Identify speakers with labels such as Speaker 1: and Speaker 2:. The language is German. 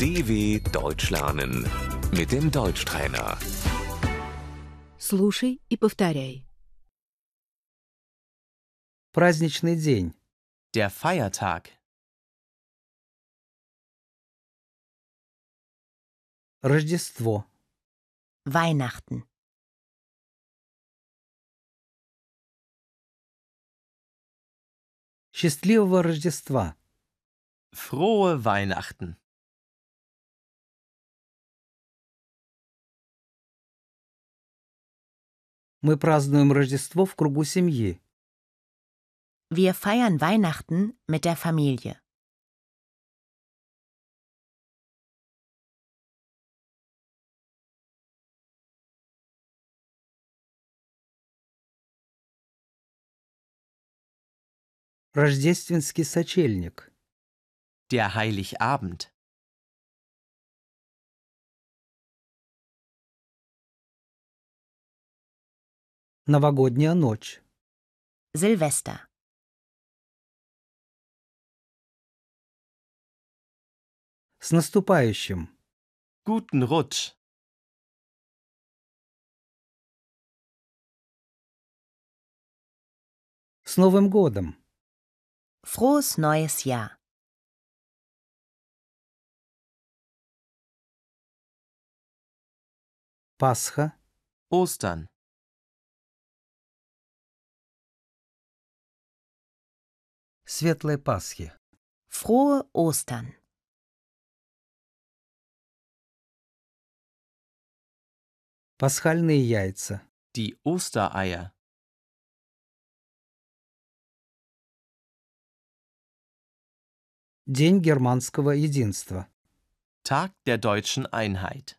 Speaker 1: DW Deutsch lernen mit dem Deutschtrainer.
Speaker 2: Слушай и повторяй.
Speaker 3: Праздничный день.
Speaker 4: Der Feiertag.
Speaker 3: Рождество.
Speaker 2: Weihnachten.
Speaker 3: Счастливого Рождества.
Speaker 4: Frohe Weihnachten.
Speaker 3: Мы празднуем Рождество в кругу семьи.
Speaker 2: Wir feiern Weihnachten mit der Familie.
Speaker 3: Рождественский сочельник.
Speaker 4: Der Heiligabend.
Speaker 3: Новогодняя ночь.
Speaker 2: Silvester.
Speaker 3: С наступающим.
Speaker 4: Guten Rutsch.
Speaker 3: С Новым годом.
Speaker 2: Frohes neues Jahr.
Speaker 3: Пасха.
Speaker 4: Ostern.
Speaker 3: Светлой Пасхи.
Speaker 2: Frohe Ostern.
Speaker 3: Пасхальные яйца.
Speaker 4: Die Ostereier.
Speaker 3: День германского единства.
Speaker 4: Tag der deutschen Einheit.